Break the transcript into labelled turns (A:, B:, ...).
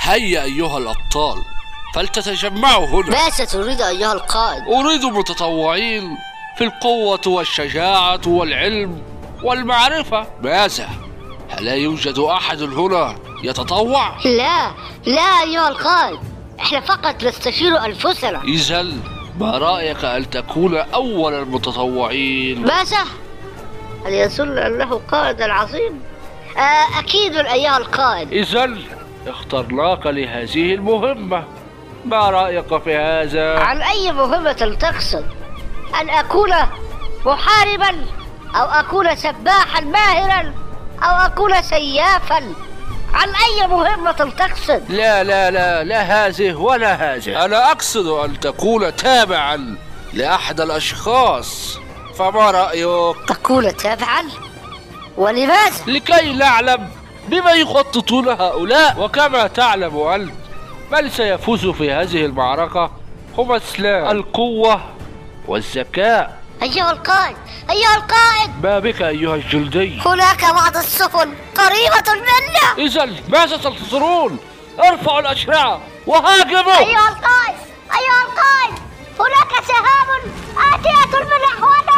A: هيا أيها الأبطال فلتتجمعوا هنا
B: ماذا تريد أيها القائد؟
A: أريد متطوعين في القوة والشجاعة والعلم والمعرفة ماذا؟ ألا يوجد أحد هنا يتطوع؟
B: لا لا أيها القائد احنا فقط نستشير أنفسنا
A: إذا ما رأيك أن تكون أول المتطوعين؟
B: ماذا؟ هل يظن أنه قائد عظيم؟ آه أكيد أيها القائد
A: إذا اخترناك لهذه المهمة ما رأيك في هذا؟
B: عن أي مهمة تقصد؟ أن أكون محاربا أو أكون سباحا ماهرا أو أكون سيافا عن أي مهمة تقصد؟
A: لا لا لا لا هذه ولا هذه أنا أقصد أن تكون تابعا لأحد الأشخاص فما رأيك؟
B: أكون تابعا؟ ولماذا؟
A: لكي نعلم بما يخططون هؤلاء وكما تعلم أنت من سيفوز في هذه المعركة هما اثنان القوة والذكاء
B: أيها القائد أيها القائد
A: ما بك أيها الجلدي
B: هناك بعض السفن قريبة منا
A: إذا ماذا تنتظرون؟ ارفعوا الأشرعة وهاجموا
B: القائد أيها القائد هناك سهام آتية من نحونا